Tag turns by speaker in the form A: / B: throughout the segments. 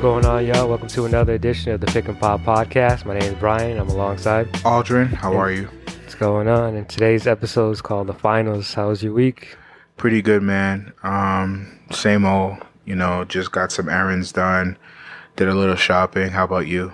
A: going on, y'all? Welcome to another edition of the Pick and Pop Podcast. My name is Brian. I'm alongside.
B: Aldrin, how are you?
A: What's going on? And today's episode is called The Finals. How was your week?
B: Pretty good, man. Um, same old, you know, just got some errands done, did a little shopping. How about you?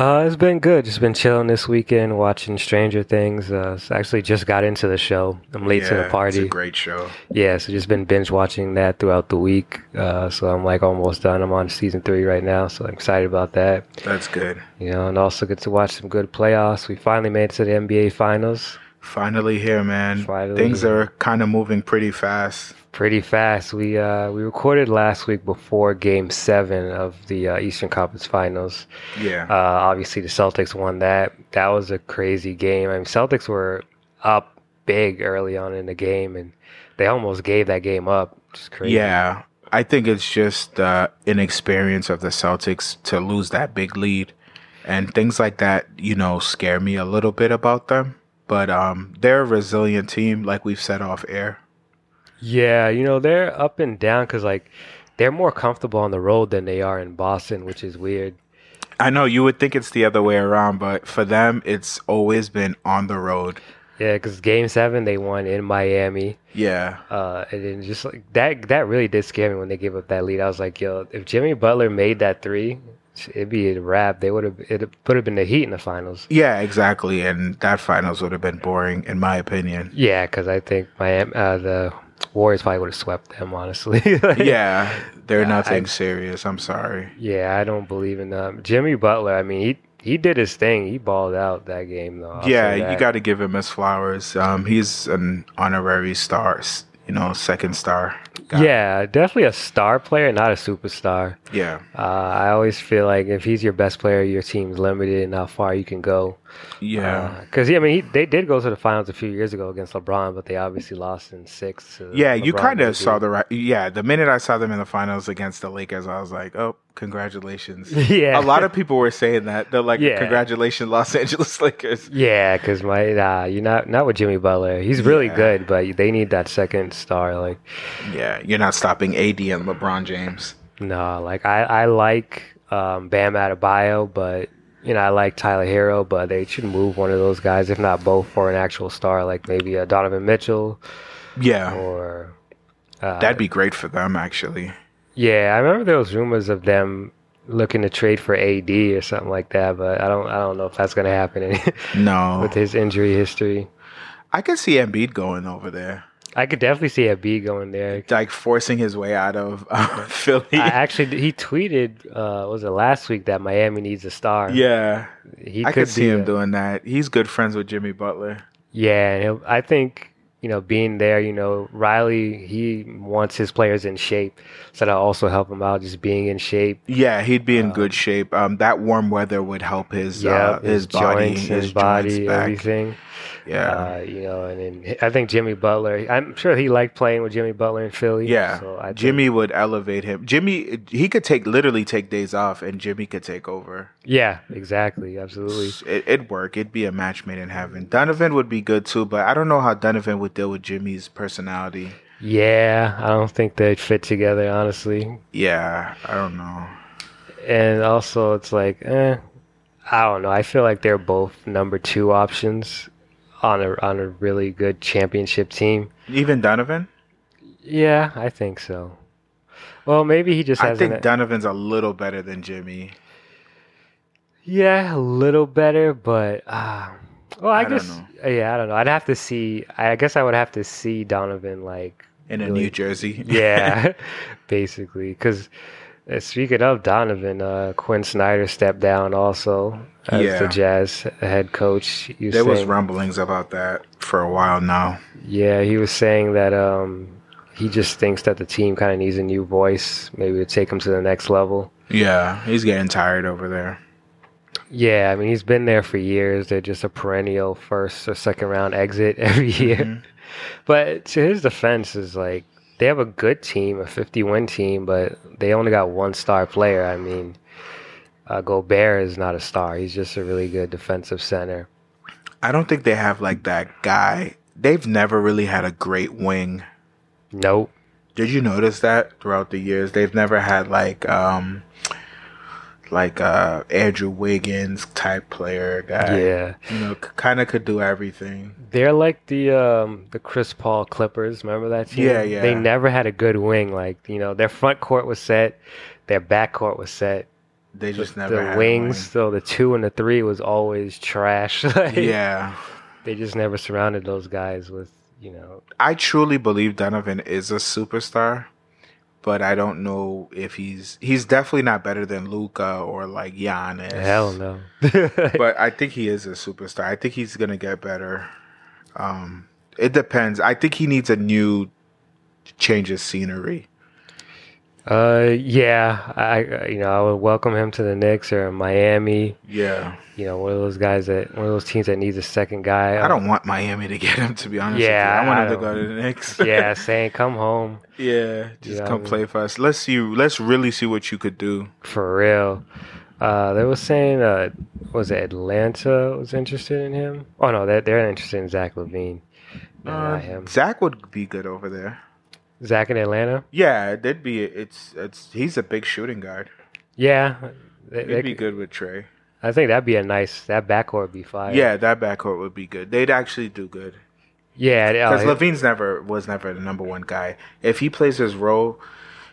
A: Uh, it's been good. Just been chilling this weekend, watching Stranger Things. Uh, so actually, just got into the show. I'm late to
B: Yeah,
A: the party.
B: It's a great show.
A: Yeah, so just been binge watching that throughout the week. Uh, so I'm like almost done. I'm on season three right now, so I'm excited about that.
B: That's good.
A: You know, and also get to watch some good playoffs. We finally made it to the NBA Finals
B: Finally here, man.
A: Finally
B: Things
A: here.
B: are kind of moving pretty fast.
A: pretty fast. We uh, we recorded last week before Game Seven of the uh, Eastern Conference Finals.
B: Yeah.
A: Uh, obviously, the Celtics won that. That was a crazy game. I mean, Celtics were up big early on in the game, and they almost gave that game up. Just crazy.
B: Yeah, I think it's just uh, inexperience of the Celtics to lose that big lead, and things like that. You know, scare me a little bit about them. But um, they're a resilient team, like we've said off air.
A: Yeah, you know, they're up and down because, like, they're more comfortable on the road than they are in Boston, which is weird.
B: I know you would think it's the other way around, but for them, it's always been on the road.
A: Yeah, because game seven, they won in Miami.
B: Yeah,
A: Uh, and then just like that, that really did scare me when they gave up that lead. I was like, yo, if Jimmy Butler made that three, it'd be a wrap. They would have, it would have been the Heat in the finals.
B: yeah, exactly. And that finals would have been boring, in my opinion.
A: Yeah, because I think Miami, uh, the Warriors probably would have swept them, honestly. Like,
B: Yeah, they're
A: Yeah,
B: nothing serious. I'm sorry.
A: Yeah, I don't believe in them. Jimmy Butler, I mean, he. He did his thing. He balled out that game, though. I'll say
B: yeah, you
A: that.
B: got to give him his flowers. Um, he's an honorary star, s- you know, second star. guy.
A: Yeah, definitely a star player, not a superstar.
B: yeah,
A: Uh, I always feel like if he's your best player, your team's limited in how far you can go.
B: yeah,
A: Because, Uh, yeah, I mean, he, they did go to the finals a few years ago against LeBron, but they obviously lost in six. to
B: yeah. You
A: LeBron
B: kind
A: and
B: of saw
A: AD.
B: the right. Yeah, the minute I saw them in the finals against the Lakers, I was like, oh, congratulations.
A: yeah.
B: A lot of people were saying that. They're like,
A: Yeah.
B: congratulations, Los Angeles Lakers.
A: Yeah, because my nah, you're not not with Jimmy Butler. He's really
B: Yeah.
A: good, but they need that second star. Like,
B: Yeah, you're not stopping AD and LeBron James.
A: no, like I I like um, Bam Adebayo, but you know I like Tyler Hero, but they should move one of those guys, if not both, for an actual star, like maybe a Donovan Mitchell
B: Yeah,
A: or uh,
B: that'd be great for them, actually.
A: yeah. I remember there was rumors of them looking to trade for AD or something like that, but I don't I don't know if that's gonna happen any,
B: No,
A: with his injury history.
B: I could see Embiid going over there,
A: I could definitely see a B going there.
B: like forcing his way out of uh, Philly.
A: I actually he tweeted uh was it last week that Miami needs a star.
B: yeah.
A: he
B: I could see
A: be
B: him
A: a-
B: doing that. He's good friends with Jimmy Butler.
A: Yeah, and he'll, I think you know being there, you know Riley he wants his players in shape, so that'll also help him out just being in shape.
B: Yeah, he'd be in
A: Um,
B: good shape. Um, that warm weather would help his uh,
A: Yep,
B: his, body,
A: joints,
B: his,
A: his body,
B: joints back.
A: everything.
B: Yeah,
A: Uh, you know, and then I think Jimmy Butler. I'm sure he liked playing with Jimmy Butler in Philly.
B: yeah.
A: so I think-
B: Jimmy would elevate him. Jimmy, he could take literally take days off, and Jimmy could take over.
A: Yeah, exactly, absolutely.
B: It, it'd work. It'd be a match made in heaven. Donovan would be good too, but I don't know how Donovan would deal with Jimmy's personality.
A: Yeah, I don't think they'd fit together, honestly.
B: Yeah, I don't know.
A: and also it's like eh, I don't know. I feel like they're both number two options on a on a really good championship team.
B: Even Donovan,
A: Yeah, I think so. Well, maybe he just e-
B: I
A: hasn't.
B: think Donovan's a little better than Jimmy.
A: yeah, a little better, but uh, well, I,
B: I don't
A: guess uh, yeah, I don't know. I'd have to see. I guess I would have to see Donovan like
B: In a
A: Really?
B: New Jersey,
A: yeah, basically because. Speaking of Donovan, uh, Quinn Snyder stepped down also as
B: Yeah.
A: the Jazz head coach. You
B: there was
A: saying-
B: rumblings about that for a while now.
A: Yeah, he was saying that um, he just thinks that the team kind of needs a new voice, maybe to take him to the next level.
B: Yeah, he's getting tired over there.
A: Yeah, I mean he's been there for years. They're just a perennial first or second round exit every year.
B: Mhm.
A: But to his defense is like they have a good team, a 50 win team, but they only got one star player. I mean, uh, Gobert is not a star. He's just a really good defensive center.
B: I don't think they have like that guy. They've never really had a great wing.
A: Nope.
B: Did you notice that throughout the years? They've never had like um like uh Andrew Wiggins type player guy.
A: Yeah,
B: You know, kind of could do everything.
A: they're like the um, the Chris Paul Clippers. Remember that team?
B: Yeah, yeah.
A: They never had a good wing. Like you know, their front court was set, their back court was set.
B: They just
A: the,
B: never
A: the
B: had a
A: wings. So the two and the three was always trash. like,
B: wing. Yeah.
A: they just never surrounded those guys with you know.
B: I truly believe Donovan is a superstar, but I don't know if he's he's definitely not better than Luca or like Giannis.
A: Hell no.
B: But I think he is a superstar. I think he's gonna get better. Um, it depends. I think he needs a new change of scenery.
A: Uh, yeah, I you know I would welcome him to the Knicks or Miami.
B: Yeah,
A: You know, one of those guys that one of those teams that needs a second guy.
B: I don't want Miami to get him. To be honest,
A: Yeah,
B: with you. I want
A: I
B: him to go to the Knicks.
A: yeah, saying come home
B: yeah, just
A: Yeah, I
B: come
A: mean-
B: play for us. Let's see. Let's really see what you could do.
A: for real. Uh, they were saying uh, was it Atlanta was interested in him? Oh no, that they're interested in Zach Levine. No,
B: Uh,
A: not him.
B: Zach would be good over there.
A: Zach in Atlanta.
B: Yeah, that'd be it's it's he's a big shooting guard.
A: Yeah, they,
B: He'd
A: they,
B: be
A: could-
B: good with Trey.
A: I think that'd be a nice that backcourt would be fire.
B: Yeah, that backcourt would be good. They'd actually do good
A: yeah. oh,
B: because
A: Because
B: Levine's never was never the number one guy. If he plays his role,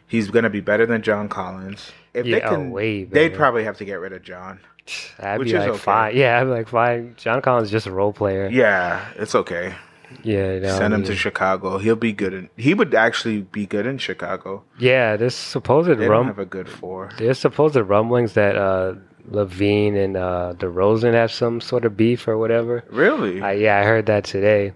B: he's gonna be better than John Collins. If they
A: Yeah, oh,
B: can,
A: way
B: they'd
A: better.
B: probably have to get rid of John.
A: I'd
B: which
A: be
B: is
A: like
B: okay.
A: fine. Yeah, I'd be like fine. John Collins is just a role player.
B: Yeah, it's okay.
A: Yeah, you know,
B: Send
A: I
B: him
A: mean-
B: to Chicago. He'll be good. In, he would actually be good in Chicago.
A: Yeah, there's supposed
B: They don't
A: rum.
B: have a good four.
A: There's supposed rumblings that uh, Levine and uh, DeRozan have some sort of beef or whatever.
B: Really?
A: I, yeah, I heard that today.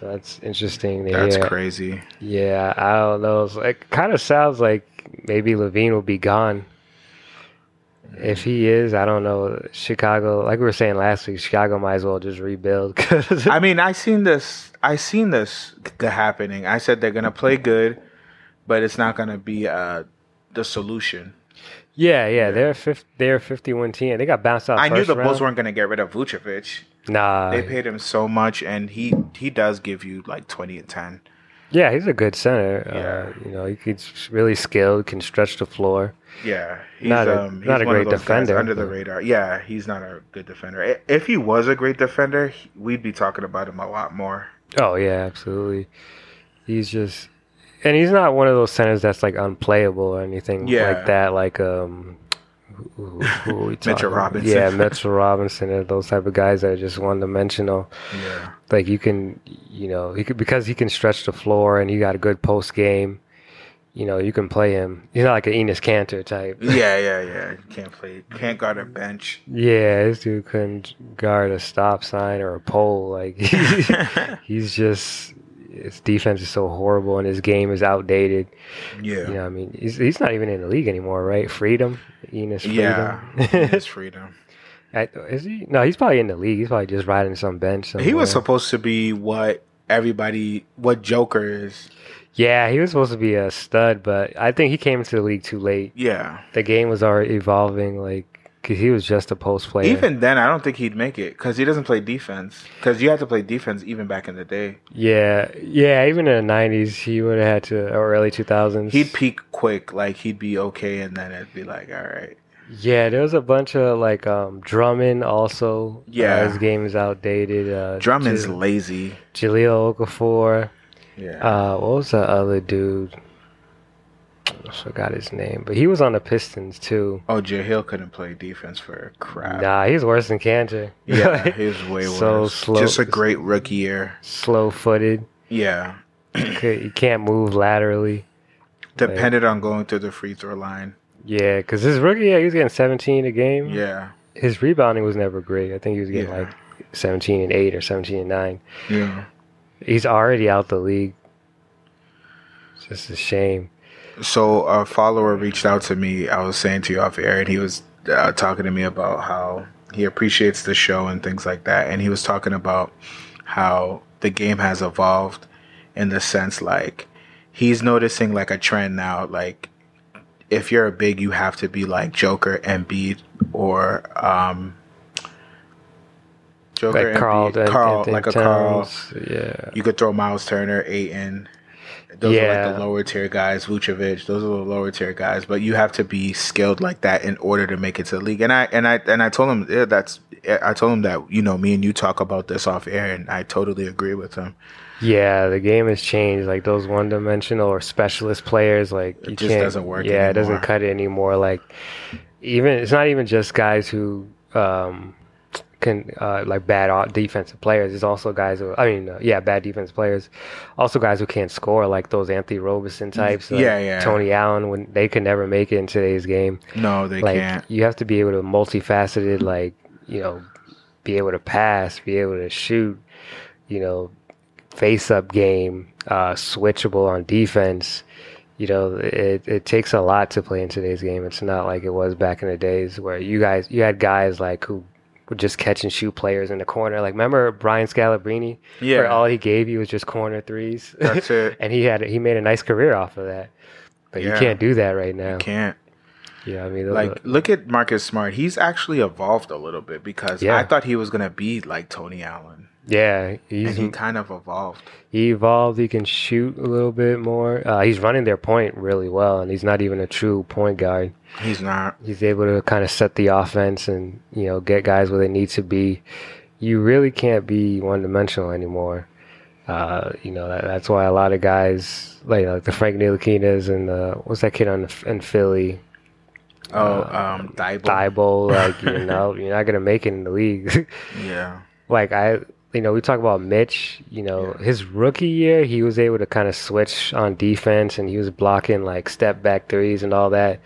A: So that's interesting to
B: That's
A: hear.
B: crazy.
A: Yeah, I don't know. It's like, kind of sounds like maybe Levine will be gone. If he is, I don't know. Chicago, like we were saying last week, Chicago might as well just rebuild. 'cause-
B: I mean, I seen this. I seen this g- happening. I said they're gonna play good, but it's not gonna be uh, the solution.
A: yeah, yeah, they're fif- they're 51 team. They got bounced out.
B: I knew
A: first
B: the
A: round.
B: Bulls weren't gonna get rid of Vucevic.
A: Nah,
B: They paid him so much, and he he does give you like twenty and ten.
A: Yeah, he's a good center.
B: Yeah.
A: Uh, you know, he- he's really skilled, can stretch the floor.
B: Yeah, he's
A: Not a- not a
B: one of
A: great
B: those guys
A: defender,
B: under the
A: but-
B: radar. Yeah, he's not a good defender. I- If he was a great defender, he- we'd be talking about him a lot more.
A: Oh yeah, absolutely. He's just, and he's not one of those centers that's like unplayable or anything
B: Yeah.
A: like that. Like um, who, who are we
B: Mitchell
A: talking about?
B: Robinson.
A: Yeah, Mitchell Robinson and those type of guys that are just one dimensional.
B: Yeah,
A: Like you can, you know, he could because he can stretch the floor and he got a good post game. You know, you can play him. He's not like an Enos Cantor type.
B: yeah, yeah, yeah. Can't play. Can't guard a bench.
A: Yeah, this dude couldn't guard a stop sign or a pole. Like he's just his defense is so horrible and his game is outdated. You know,
B: Yeah,
A: what I mean, he's he's not even in the league anymore, right? Freedom, Enos Freedom.
B: yeah. It's freedom.
A: I- is he? No, he's probably in the league. He's probably just riding some bench.
B: He
A: somewhere.
B: was supposed to be what everybody, what Joker is.
A: Yeah, he was supposed to be a stud, but I think he came into the league too late.
B: Yeah.
A: The game was already evolving. Like 'cause he was just a post player.
B: Even then, I don't think he'd make it because he doesn't play defense. Because you had to play defense even back in the day.
A: yeah, yeah. Even in the '90s, he would have had to or early 2000s.
B: He'd peak quick, like he'd be okay, and then it'd be like, all right.
A: Yeah, there was a bunch of like um Drummond also.
B: Yeah.
A: uh, his game is outdated. Uh,
B: Drummond's
A: J-
B: lazy.
A: Jaleel Okafor.
B: Yeah.
A: Uh, what was the other dude? I forgot his name, but he was on the Pistons too.
B: oh, Hill couldn't play defense for crap.
A: Nah, he's worse than Cantor.
B: Yeah, he was way worse.
A: So slow.
B: Just a great rookie year.
A: slow footed.
B: Yeah.
A: He can't move laterally.
B: Depended on going through the free throw line.
A: Yeah, because his rookie, yeah, he was getting 17 a game.
B: Yeah.
A: His rebounding was never great. I think he was getting
B: Yeah.
A: like 17 and 8 or 17 and 9.
B: Yeah.
A: He's already out the league. It's just a shame.
B: So a follower reached out to me. I was saying to you off air, and he was uh, talking to me about how he appreciates the show and things like that. And he was talking about how the game has evolved in the sense like he's noticing like a trend now. Like if you're a big, you have to be like Joker, Embiid, or um, Joker,
A: Like Carl,
B: Embiid, Carl, like a Carl.
A: Yeah,
B: You could throw Miles Turner, Aiton, Those are like
A: Yeah.
B: the lower tier guys, Vucevic. Those are the lower tier guys, but you have to be skilled like that in order to make it to the league. And I and I and I told him yeah, that's I told him that you know me and you talk about this off air, and I totally agree with him.
A: Yeah, the game has changed. Like those one-dimensional or specialist players, like
B: It just doesn't work
A: Yeah, it doesn't
B: anymore.
A: cut it anymore. Like even it's not even just guys who um, can uh, like bad o- defensive players. It's also guys who I mean, uh, yeah, bad defense players. Also guys who can't score, like those Anthony Robinson types. like
B: Yeah, yeah.
A: Tony Allen when they could never make it in today's game.
B: No, they
A: like
B: can't.
A: you have to be able to multifaceted, like you know, be able to pass, be able to shoot, you know, face up game, uh, switchable on defense. You know, it, it takes a lot to play in today's game. It's not like it was back in the days where you guys you had guys like who would just catch and shoot players in the corner. Like remember Brian Scalabrine? Where all he gave you was just corner threes.
B: that's it.
A: and he had he made a nice career off of that. But
B: Yeah.
A: you can't do that right now.
B: Can't.
A: Yeah, I mean those are-
B: Like, look at Marcus Smart. He's actually evolved a little bit because
A: Yeah.
B: I thought he was gonna be like Tony Allen,
A: Yeah, he's
B: and he kind of evolved.
A: he evolved. He can shoot a little bit more. Uh, he's running their point really well, and he's not even a true point guard.
B: He's not.
A: He's able to kind of set the offense and you know get guys where they need to be. You really can't be one dimensional anymore. Uh, you know that, that's why a lot of guys like like the Frank Ntilikina's and the, what's that kid on the, in Philly
B: Oh,
A: Uh,
B: um, Thibault.
A: Thibault. Like you know you're not gonna make it in the league.
B: Yeah,
A: like I you know we talk about Mitch you know
B: Yeah.
A: his rookie year he was able to kind of switch on defense and he was blocking like step back threes and all that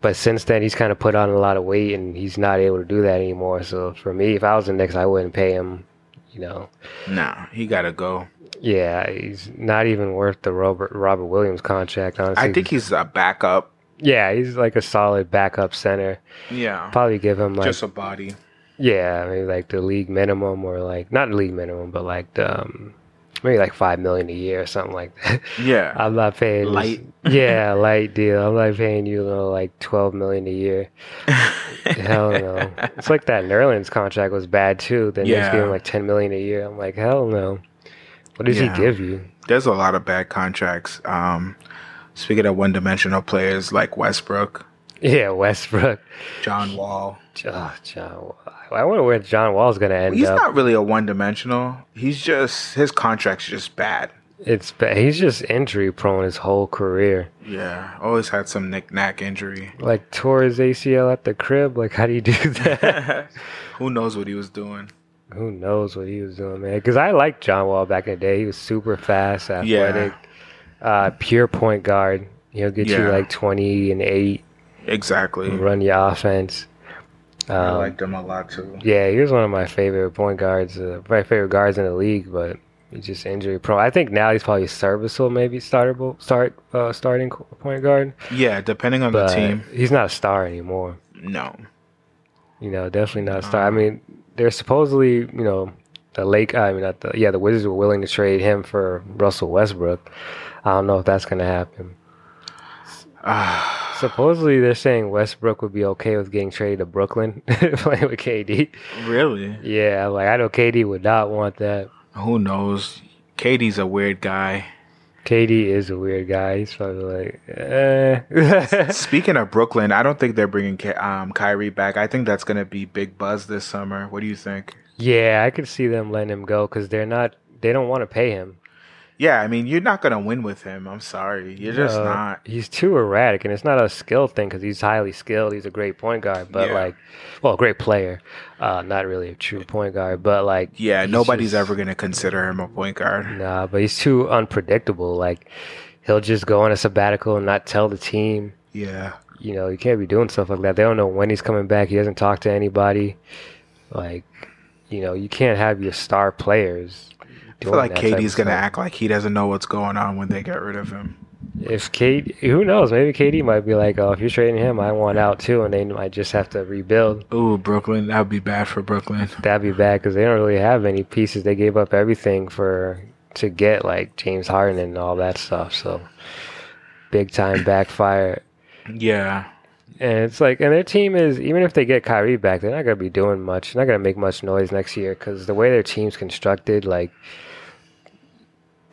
A: but since then he's kind of put on a lot of weight and he's not able to do that anymore so for me if I was the Knicks I wouldn't pay him you know
B: nah, he gotta go.
A: yeah he's not even worth the Robert Robert Williams contract honestly
B: I think he's a backup.
A: yeah he's like a solid backup center
B: Yeah,
A: probably give him like
B: just a body.
A: Yeah, maybe like the league minimum or like not league minimum, but like the, um, maybe like five million a year or something like that.
B: Yeah,
A: I'm not paying this-
B: Light.
A: yeah, light deal. I'm not paying you, you know, like twelve million a year. Hell no. It's like that Nerlens contract was bad too. Then he's
B: Yeah.
A: giving like ten million a year. I'm like, hell no. What does
B: Yeah.
A: he give you?
B: there's a lot of bad contracts. Um, speaking of one-dimensional players like Westbrook,
A: Yeah, Westbrook.
B: John Wall.
A: Oh, John. Wall. I wonder where John Wall's gonna end
B: He's
A: up.
B: not really a one-dimensional. He's just his contract's just bad.
A: it's ba- he's just injury prone his whole career.
B: Yeah, always had some knick-knack injury.
A: like tore his ACL at the crib. Like, how do you do that?
B: Who knows what he was doing?
A: Who knows what he was doing, man? Because I liked John Wall back in the day. He was super fast, athletic, uh, pure point guard. He'll get
B: Yeah.
A: you like twenty and eight,
B: Exactly.
A: run your offense.
B: I
A: Um,
B: liked him a lot too.
A: yeah, he was one of my favorite point guards, uh, my favorite guards in the league, but. He's just injury prone. I think now he's probably serviceable, maybe startable, start uh, starting co- point guard,
B: Yeah, depending on
A: but
B: the team.
A: he's not a star anymore.
B: No.
A: You know, definitely not a star. I mean, they're supposedly, you know, the Lake. I mean, not the yeah, the Wizards were willing to trade him for Russell Westbrook. I don't know if that's gonna happen.
B: Ah,
A: Supposedly, they're saying Westbrook would be okay with getting traded to Brooklyn, playing with KD.
B: really?
A: Yeah, like I know KD would not want that.
B: Who knows? Katie's a weird guy.
A: KD is a weird guy. He's probably like, eh.
B: Speaking of Brooklyn, I don't think they're bringing Ki- um, Kyrie back. I think that's going to be big buzz this summer. What do you think?
A: yeah, I could see them letting him go because they're not. They don't want to pay him.
B: Yeah, I mean, you're not going to win with him. I'm sorry. You're just
A: Uh,
B: not.
A: He's too erratic, and it's not a skill thing because he's highly skilled. He's a great point guard, but
B: Yeah.
A: like, well, great player, uh, not really a true point guard, but like,
B: Yeah,
A: he's
B: nobody's
A: just-
B: ever going to consider him a point guard.
A: Nah, but he's too unpredictable. Like, he'll just go on a sabbatical and not tell the team.
B: Yeah.
A: You know, you can't be doing stuff like that. They don't know when he's coming back. He doesn't talk to anybody. Like, you know, you can't have your star players.
B: I feel like Katie's going to
A: to
B: act like he doesn't know what's going on when they get rid of him.
A: If Kate, who knows? Maybe KD might be like, "Oh, if you're trading him, I want out too," and they might just have to rebuild.
B: Ooh, Brooklyn. That would be bad for Brooklyn.
A: That'd be bad because they don't really have any pieces. They gave up everything for to get like James Harden and all that stuff. So big time backfire.
B: Yeah.
A: And it's like, and their team is even if they get Kyrie back, they're not gonna be doing much. They're not gonna make much noise next year because the way their team's constructed, like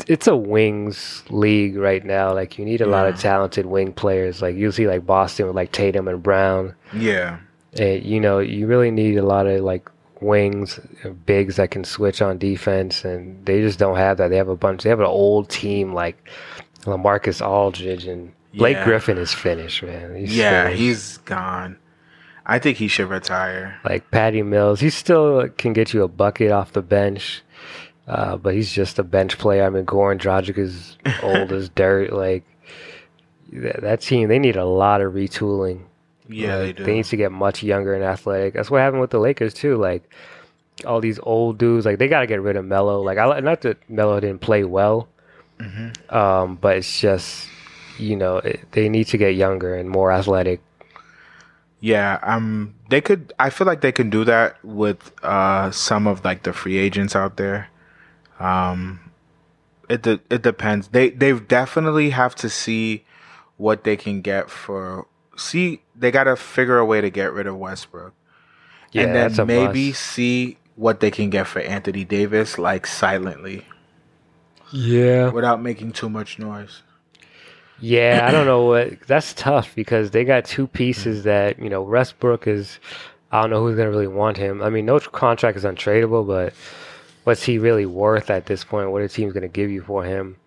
A: it's a wings league right now. Like you need a lot of
B: Yeah.
A: talented wing players. Like you see like Boston with like Tatum and Brown.
B: Yeah.
A: And, Eh, you know, you really need a lot of like wings, uh, bigs that can switch on defense, and they just don't have that. They have a bunch. They have an old team like Lamarcus Aldridge and Blake
B: Yeah.
A: Griffin is finished, man. He's
B: Yeah,
A: finished.
B: he's gone. I think he should retire.
A: like Patty Mills. He still can get you a bucket off the bench, uh, but he's just a bench player. I mean, Goran Dragic is old as dirt. Like that, that team, they need a lot of retooling.
B: Yeah, they
A: Like,
B: do.
A: They need to get much younger and athletic. That's what happened with the Lakers too. Like all these old dudes, like they got to get rid of Melo. Like I, not that Melo didn't play well,
B: Mhm.
A: um, but it's just you know it, they need to get younger and more athletic.
B: Yeah, um, they could. I feel like they can do that with uh some of like the free agents out there. Um, it de- it depends. They they definitely have to see what they can get for. See, they gotta figure a way to get rid of Westbrook,
A: Yeah,
B: and
A: that's a
B: then maybe
A: must.
B: see what they can get for Anthony Davis, like silently,
A: yeah.
B: without making too much noise.
A: Yeah, I don't know what that's tough because they got two pieces that you know Westbrook is. I don't know who's gonna really want him. I mean, no tr- contract is untradeable, but what's he really worth at this point? What a team's gonna give you for him?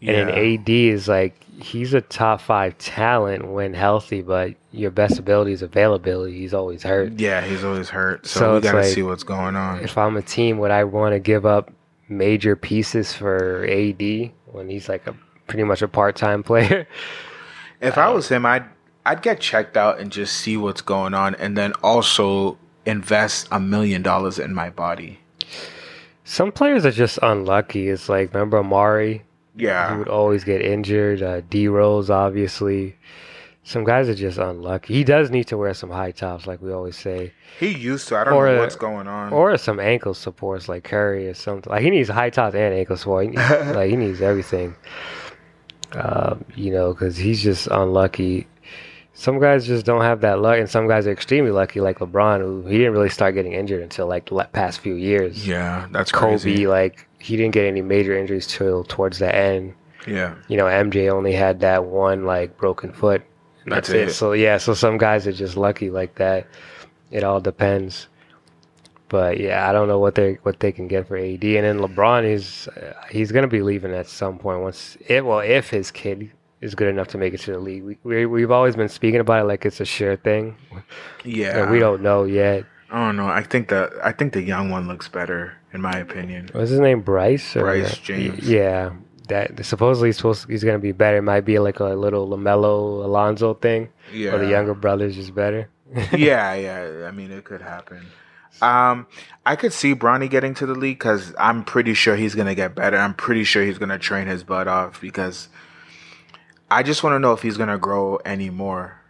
A: And then AD is like he's a top five talent when healthy, but your best ability is availability. He's always hurt.
B: Yeah, he's always hurt, so,
A: So
B: we
A: it's
B: gotta
A: like-
B: see what's going on.
A: If I'm a team, would I want to give up major pieces for AD when he's like a pretty much a part time player?
B: If I was him, I'd I'd get checked out and just see what's going on, and then also invest a million dollars in my body.
A: Some players are just unlucky. It's like remember Amari, he
B: Yeah,
A: would always get injured. Uh, D Rose, obviously. Some guys are just unlucky. He does need to wear some high tops, like we always say,
B: he used to. I don't
A: Or,
B: know
A: uh,
B: what's going on.
A: or some ankle supports, like Curry or something. Like he needs high tops and ankle support. He needs, like he needs everything. Um, you know, because he's just unlucky. Some guys just don't have that luck, and some guys are extremely lucky, like LeBron, who he didn't really start getting injured until like the la- past few years.
B: yeah, that's
A: Kobe,
B: crazy.
A: like he didn't get any major injuries till towards the end.
B: Yeah,
A: You know, MJ only had that one like broken foot. and
B: That's it.
A: So yeah, so some guys are just lucky like that. It all depends. But yeah, I don't know what they what they can get for AD, and then LeBron is uh, he's gonna be leaving at some point once it well if his kid is good enough to make it to the league. We, we we've always been speaking about it like it's a sure thing,
B: yeah.
A: and we don't know yet.
B: I don't know. I think the I think the young one looks better, in my opinion.
A: What's his name? Bryce. or-
B: Bryce James.
A: Yeah, that supposedly he's supposed he's gonna be better. It might be like a little Lamelo Alonzo thing,
B: Yeah,
A: or the younger brother's just better.
B: yeah, yeah. I mean, it could happen. Um, I could see Bronny getting to the league because I'm pretty sure he's gonna get better. I'm pretty sure he's gonna train his butt off because I just want to know if he's gonna grow anymore.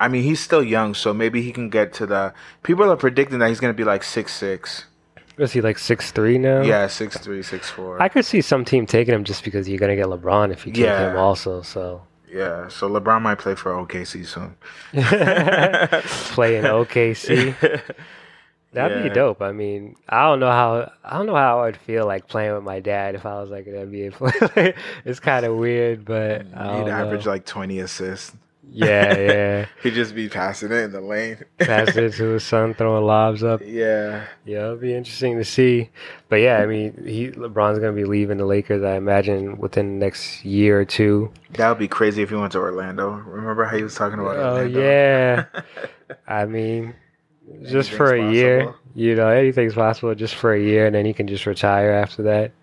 B: I mean, he's still young, so maybe he can get to the. People are predicting that he's gonna be like six six.
A: Is he like six three now?
B: Yeah, six three, six four.
A: I could see some team taking him just because you're gonna get LeBron if you take
B: Yeah.
A: him also. So
B: Yeah, so LeBron might play for OKC soon.
A: play in OKC. That'd be
B: Yeah.
A: dope. I mean, I don't know how I don't know how I'd feel like playing with my dad if I was like an NBA player. it's kind of weird, but I don't
B: He'd average
A: know.
B: like twenty assists.
A: yeah, yeah.
B: He'd just be passing it in the lane.
A: Pass it to his son, throwing lobs up.
B: yeah.
A: Yeah, it'll be interesting to see. But yeah, I mean, he LeBron's gonna be leaving the Lakers. I imagine within the next year or two.
B: That would be crazy if he went to Orlando. Remember how he was talking about
A: Oh
B: Orlando?
A: yeah, I mean, just for a
B: Anything's
A: year,
B: possible.
A: you know, anything's possible. Just for a year, and then he can just retire after that.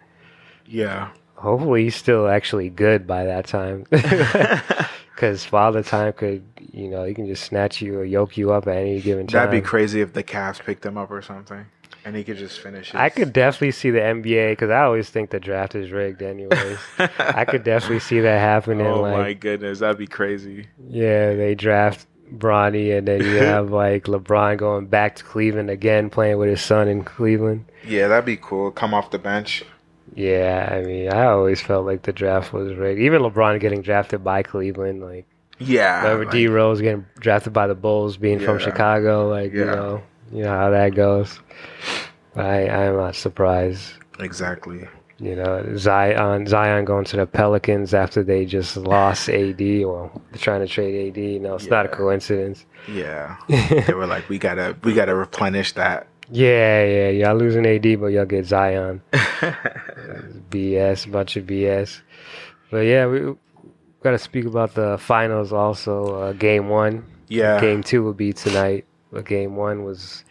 B: Yeah.
A: Hopefully, he's still actually good by that time, because Father Time could, you know, he can just snatch you or yoke you up at any given time.
B: That'd be crazy if the Cavs picked him up or something, and he could just finish. His...
A: I could definitely see the NBA because I always think the draft is rigged, anyways. I could definitely see that happening.
B: Oh
A: like,
B: my goodness, that'd be crazy.
A: yeah, they draft Bronny, and then you have like LeBron going back to Cleveland again, playing with his son in Cleveland.
B: Yeah, that'd be cool. Come off the bench.
A: Yeah, I mean, I always felt like the draft was rigged. Even LeBron getting drafted by Cleveland, like
B: Yeah.
A: remember
B: Ah, like-
A: D Rose getting drafted by the Bulls, being from
B: Yeah.
A: Chicago, like you
B: Yeah.
A: know, you know how that goes. I I'm not surprised.
B: Exactly.
A: You know, Zion Zion going to the Pelicans after they just lost AD or trying to trade AD. You know, it's not a
B: Yeah.
A: coincidence.
B: Yeah,
A: yeah,
B: they were like, we gotta, we gotta replenish that.
A: yeah, y'all losing AD, but y'all get Zion. BS, bunch of BS. But yeah, we got to speak about the finals also. Uh, game one,
B: yeah,
A: game two will be tonight. But game one was,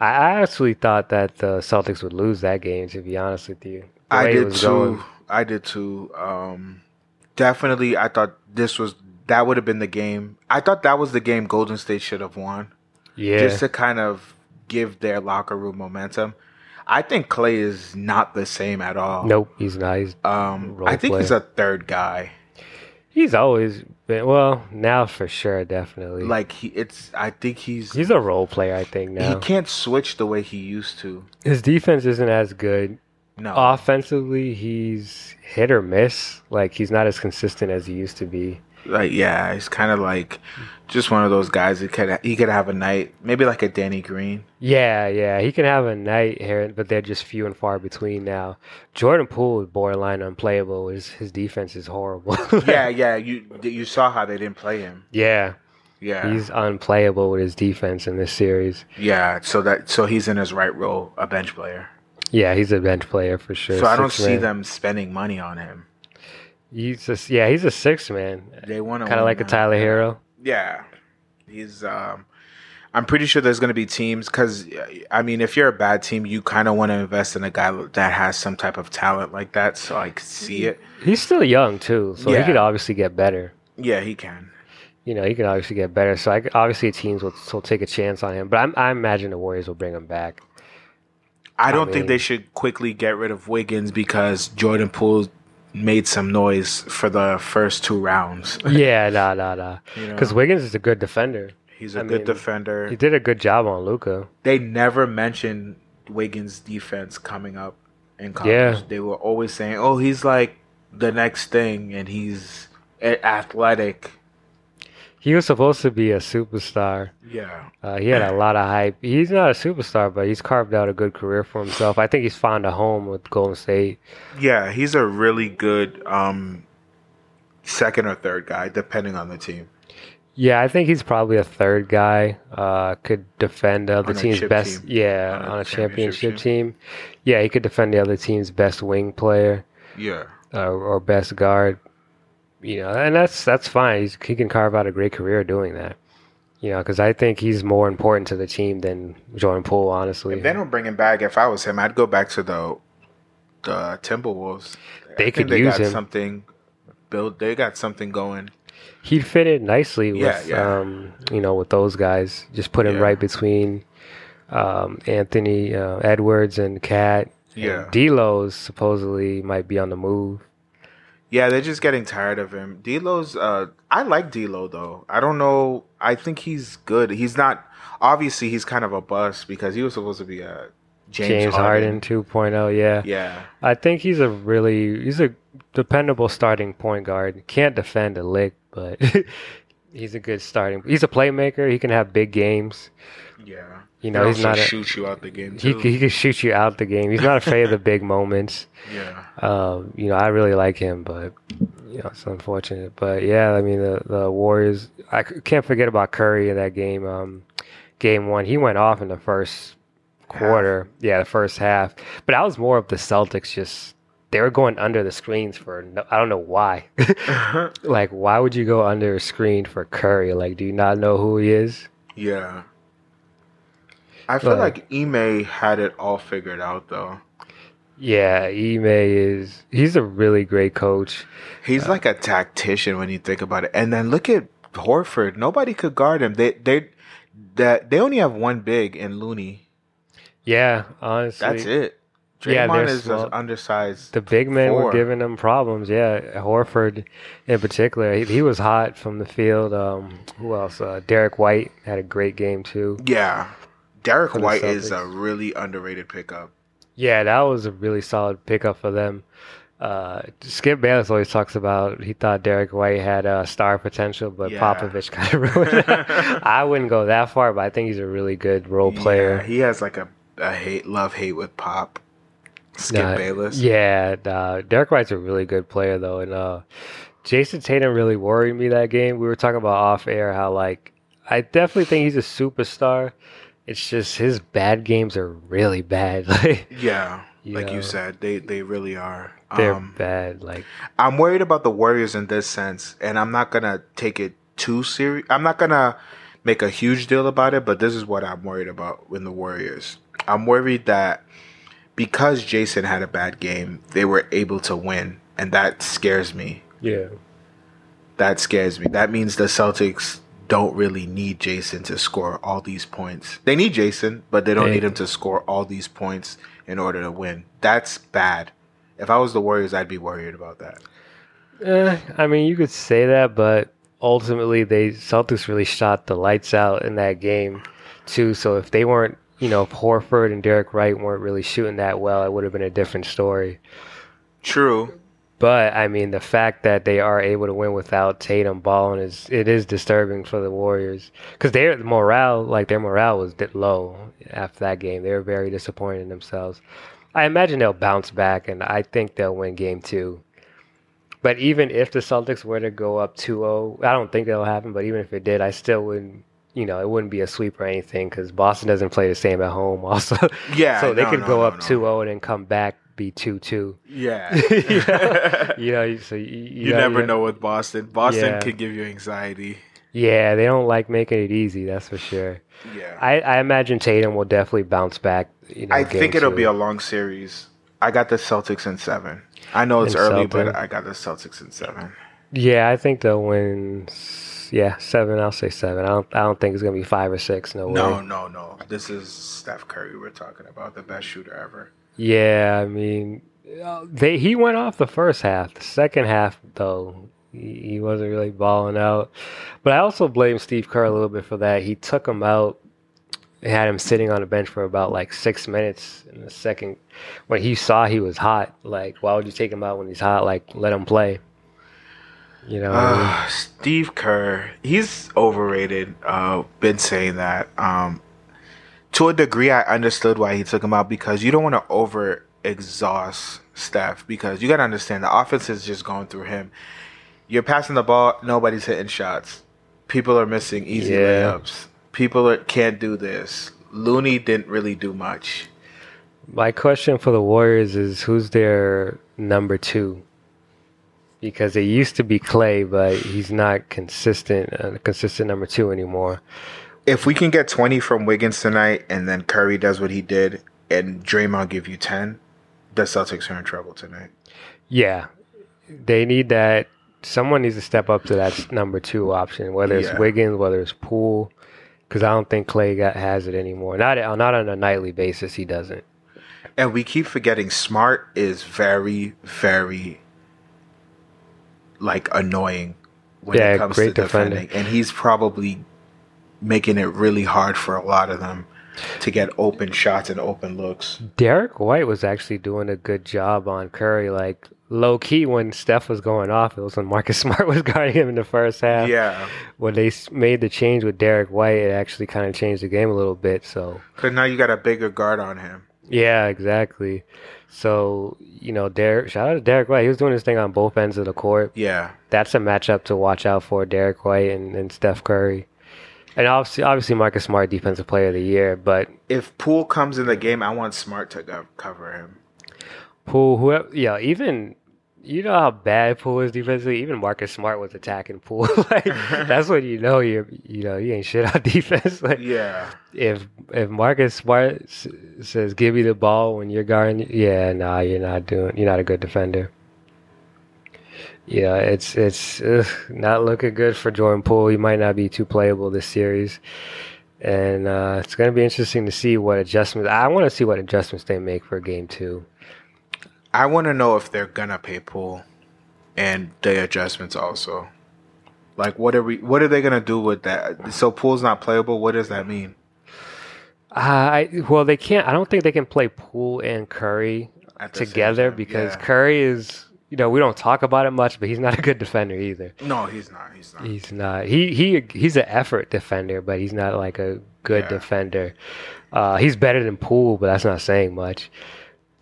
A: I I actually thought that the Celtics would lose that game. To be honest with you, The way
B: I
A: it
B: did
A: was
B: too.
A: going.
B: I did too. Um, definitely, I thought this was that would have been the game. I thought that was the game Golden State should have won,
A: Yeah,
B: just to kind of give their locker room momentum. I think Clay is not the same at all.
A: nope, he's not. He's,
B: Um,
A: Role
B: I think he's a third guy.
A: he's always been well now for sure, definitely.
B: Like he, it's. I think he's.
A: he's a role player, I think.
B: He
A: Now
B: can't switch the way he used to.
A: his defense isn't as good.
B: No.
A: Uh, Offensively, he's hit or miss. Like he's not as consistent as he used to be.
B: Like yeah, he's kind of like just one of those guys. He could he could have a night, maybe like a Danny Green.
A: Yeah, yeah, he can have a night here, but they're just few and far between now. Jordan Poole is borderline unplayable. His his defense is horrible.
B: yeah, yeah. You you saw how they didn't play him.
A: yeah,
B: Yeah,
A: he's unplayable with his defense in this series.
B: yeah. So that so he's in his right role, a bench player.
A: Yeah, he's a bench player for sure.
B: so I don't
A: six
B: see
A: man.
B: them spending money on him.
A: He's just yeah, he's a six man,
B: They want to
A: kind of like a Tyler Hero.
B: Yeah, he's. um I'm pretty sure there's going to be teams because I mean, if you're a bad team, you kind of want to invest in a guy that has some type of talent like that. So I could
A: Mm-hmm.
B: see it.
A: He's still young too, so he
B: Yeah.
A: could obviously get better.
B: Yeah, he can.
A: You know, he can obviously get better. So I, could- obviously, teams will, will take a chance on him. But I'm, I imagine the Warriors will bring him back.
B: I don't
A: mean-
B: think they should quickly get rid of Wiggins because Jordan Poole made some noise for the first two rounds.
A: yeah, nah, nah, nah.
B: You know,
A: Because Wiggins is a good defender.
B: he's a
A: I
B: good
A: mean,
B: defender.
A: He did a good job on Luca.
B: they never mentioned Wiggins' defense coming up in college.
A: Yeah.
B: They were always saying, "Oh, he's like the next thing, and he's a- athletic."
A: He was supposed to be a superstar.
B: Yeah,
A: Uh, he had a lot of hype. He's not a superstar, but he's carved out a good career for himself. I think he's found a home with Golden State.
B: yeah, he's a really good um, second or third guy, depending on the team.
A: Yeah, I think he's probably a third guy. Uh, could defend the other
B: On a
A: team's
B: chip
A: best.
B: team.
A: Yeah, on a, championship team. Yeah, he could defend the other team's best wing player
B: Yeah,
A: uh, or best guard. You know, and that's that's fine. He's, he can carve out a great career doing that. You know, because I think he's more important to the team than Jordan Poole, honestly.
B: if they don't bring him back, if I was him, I'd go back to the the Timberwolves. I
A: They
B: think
A: could
B: they
A: use
B: got
A: him.
B: something. Build. They got something going.
A: He'd fit in nicely with,
B: Yeah, yeah.
A: Um, you know, with those guys. Just put him
B: Yeah.
A: right between um, Anthony uh, Edwards and Cat.
B: Yeah.
A: D'Lo's supposedly might be on the move.
B: Yeah, they're just getting tired of him. D'Lo's. Uh, I like D'Lo though. I don't know. I think he's good. He's not. Obviously, he's kind of a bust because he was supposed to be a James,
A: James, Harden.
B: Harden.
A: 2.0, yeah.
B: Yeah,
A: I think he's a really he's a dependable starting point guard. Can't defend a lick, but he's a good starting. He's a playmaker. He can have big games.
B: yeah.
A: You know, he's not a,
B: shoot you out the game
A: he
B: too.
A: he can shoot you out the game. He's not afraid of the big moments.
B: yeah,
A: Um, you know, I really like him, but you know, it's unfortunate. But yeah, I mean, the the Warriors. I c- can't forget about Curry in that game. Um, game one, he went off in the first quarter. Yeah, the first half. But I was more of the Celtics. Just they were going under the screens for no, I don't know why. like, why would you go under a screen for Curry? Like, do you not know who he is?
B: yeah. I feel
A: Like-
B: like Ime had it all figured out though.
A: Yeah, Ime is. He's a really great coach.
B: He's like a tactician when you think about it. And then look at Horford. Nobody could guard him. They they that they only have one big in Looney.
A: Yeah, honestly,
B: That's it.
A: Yeah,
B: Draymond
A: they're
B: is
A: small.
B: an undersized.
A: The big men were
B: Four.
A: giving them problems. Yeah, Horford in particular, he, he was hot from the field. Um, who else? Uh, Derek White had a great game too.
B: yeah, Derek
A: For the
B: White is
A: Celtics.
B: a really underrated pickup.
A: Yeah, that was a really solid pickup for them. Uh, Skip Bayless always talks about he thought Derek White had uh, star potential, but
B: Yeah.
A: Popovich kind of ruined it. I wouldn't go that far, but I think he's a really good role
B: Yeah,
A: player.
B: he has like a, a hate love hate with Pop. Skip
A: Nah,
B: Bayless.
A: Yeah, nah, Derek White's a really good player though, and uh, Jason Tatum really worried me that game. We were talking about off air how like I definitely think he's a superstar. It's just his bad games are really bad. Like
B: Yeah, like
A: know,
B: you said, they they really are.
A: they're
B: Um,
A: bad. Like
B: I'm worried about the Warriors in this sense, and I'm not gonna take it too serious. I'm not gonna make a huge deal about it, but this is what I'm worried about with the Warriors. I'm worried that because Jason had a bad game, they were able to win, and that scares me.
A: yeah,
B: That scares me. That means the Celtics don't really need Jason to score all these points. They need Jason, but they don't
A: They-
B: need him to score all these points in order to win. That's bad. If I was the Warriors, I'd be worried about that.
A: Eh, I mean you could say that, but ultimately they Celtics really shot the lights out in that game too. So if they weren't, you know, if Horford and Derek Wright weren't really shooting that well, it would have been a different story.
B: True.
A: But I mean, the fact that they are able to win without Tatum balling is it is disturbing for the Warriors because their morale, like their morale, was di- low after that game. They were very disappointed in themselves. I imagine they'll bounce back, and I think they'll win Game Two. But even if the Celtics were to go up 2-0, I don't think that'll happen. But even if it did, I still wouldn't. You know, it wouldn't be a sweep or anything because Boston doesn't play the same at home. Also,
B: Yeah.
A: so they
B: no,
A: could
B: no,
A: go
B: no,
A: up uh,
B: no.
A: 2-0 and then come back be two two.
B: Yeah.
A: You
B: you
A: You know, so you, you, gotta-
B: never know with Boston. Boston
A: Yeah.
B: can give you anxiety.
A: Yeah, they don't like making it easy. That's for sure.
B: Yeah.
A: I, I imagine Tatum will definitely bounce back. You know,
B: I
A: game
B: think it'll
A: two.
B: be a long series. I got the Celtics in seven. I know it's
A: In
B: early,
A: seven.
B: but I got the Celtics in seven.
A: yeah. I think they'll win. s- Yeah, seven. I'll say seven. I don't. I don't think it's gonna be five or six. No,
B: No,
A: way.
B: no, no. This is Steph Curry we're talking about, the best shooter ever.
A: Yeah, I mean, uh, they he went off the first half. The second half though, he, he wasn't really balling out. But I also blame Steve Kerr a little bit for that. He took him out. and Had him sitting on the bench for about like six minutes in the second when he saw he was hot. Like, why would you take him out when he's hot? Like, let him play. You know, what I mean?
B: Ah, Steve Kerr, he's overrated. Uh, been saying that. Um, to a degree, I understood why he took him out because you don't want to over exhaust Steph because you got to understand the offense is just going through him. You're passing the ball, nobody's hitting shots. People are missing easy
A: Yeah.
B: layups. People are, can't do this. Looney didn't really do much.
A: my question for the Warriors is who's their number two? Because it used to be Clay, but he's not consistent, uh, consistent number two anymore.
B: If we can get 20 from Wiggins tonight and then Curry does what he did and Draymond give you 10, the Celtics are in trouble tonight.
A: Yeah, they need that. Someone needs to step up to that s- number two option, whether it's
B: Yeah.
A: Wiggins, whether it's Poole, because I don't think Clay got, has it anymore. Not uh, not on a nightly basis, he doesn't.
B: And we keep forgetting Smart is very, very like annoying when
A: Yeah,
B: it comes
A: great
B: to
A: defender.
B: defending. And he's probably making it really hard for a lot of them to get open shots and open looks.
A: Derek White was actually doing a good job on Curry, like low key when Steph was going off. It was when Marcus Smart was guarding him in the first half.
B: Yeah.
A: when they s- made the change with Derek White, it actually kind of changed the game a little bit. So
B: Cause now you got a bigger guard on him.
A: yeah, exactly. So you know, Derek, shout out to Derek White. He was doing his thing on both ends of the court.
B: Yeah.
A: That's a matchup to watch out for, Derek White and, and Steph Curry, and obviously, obviously Marcus Smart, Defensive Player of the Year. But
B: If Poole comes in the game, I want Smart to go- cover him.
A: Poole, whoever, yeah, even. You know how bad Poole is defensively. Even Marcus Smart was attacking Poole. like that's when you know you're, you know, you ain't shit on defense. Like
B: Yeah.
A: if if Marcus Smart s- says give me the ball when you're guarding, yeah, nah, you're not doing. You're not a good defender. Yeah, it's it's ugh, not looking good for Jordan Poole. He might not be too playable this series, and uh, it's going to be interesting to see what adjustments. I want to see what adjustments they make for Game Two.
B: I want to know if they're gonna pay pool, and the adjustments also. Like, what are we? What are they gonna do with that? So pool's not playable. What does that mean?
A: Uh, I well, they can't. I don't think they can play Poole and Curry
B: At the same
A: together
B: time?
A: because
B: Yeah.
A: Curry is. You know, we don't talk about it much, but he's not a good defender either.
B: no, he's not. He's not.
A: He's not. He he he's an effort defender, but he's not like a good
B: Yeah.
A: defender. Uh, he's better than Poole, but that's not saying much.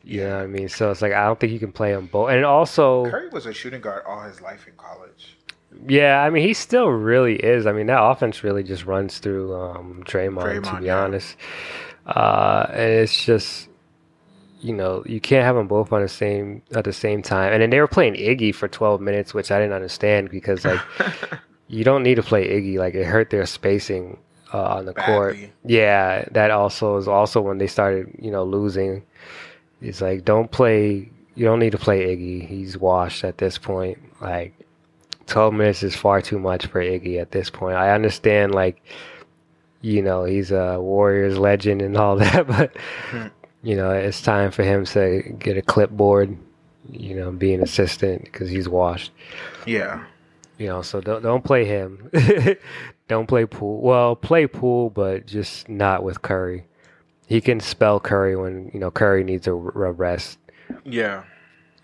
A: You know what I mean? So it's like I don't think you can play them both. And also,
B: Curry was a shooting guard all his life in college.
A: yeah, I mean he still really is. I mean that offense really just runs through um, Draymond, to
B: Draymond,
A: be
B: yeah.
A: honest. Uh, and it's just you know you can't have them both on the same at the same time. And then they were playing Iggy for 12 minutes, which I didn't understand because like you don't need to play Iggy. Like it hurt their spacing uh, on the court.
B: Badly.
A: Yeah, that also is also when they started, you know, losing. It's like don't play. You don't need to play Iggy. He's washed at this point. Like twelve minutes is far too much for Iggy at this point. I understand, like you know, he's a Warriors legend and all that, but
B: Hmm.
A: you know, it's time for him to get a clipboard. You know, be an assistant because he's washed.
B: Yeah.
A: You know, so don't don't play him. don't play pool. Well, play pool, but just not with Curry. He can spell Curry when you know Curry needs a, r- a rest.
B: Yeah.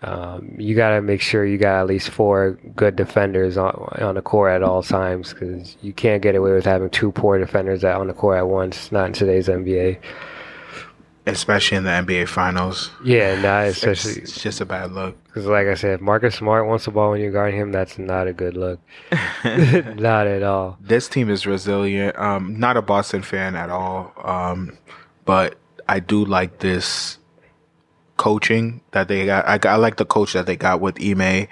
A: Um, you gotta make sure you got at least four good defenders on on the court at all times because you can't get away with having two poor defenders at, on the court at once. Not in today's NBA.
B: Especially in the NBA Finals.
A: Yeah, not
B: It's,
A: especially
B: it's just a bad look.
A: because, like I said, if Marcus Smart wants the ball when you're guarding him, that's not a good look. not at all.
B: this team is resilient. Um, not a Boston fan at all, um, but I do like this coaching that they got. I, I like the coach that they got with Ime.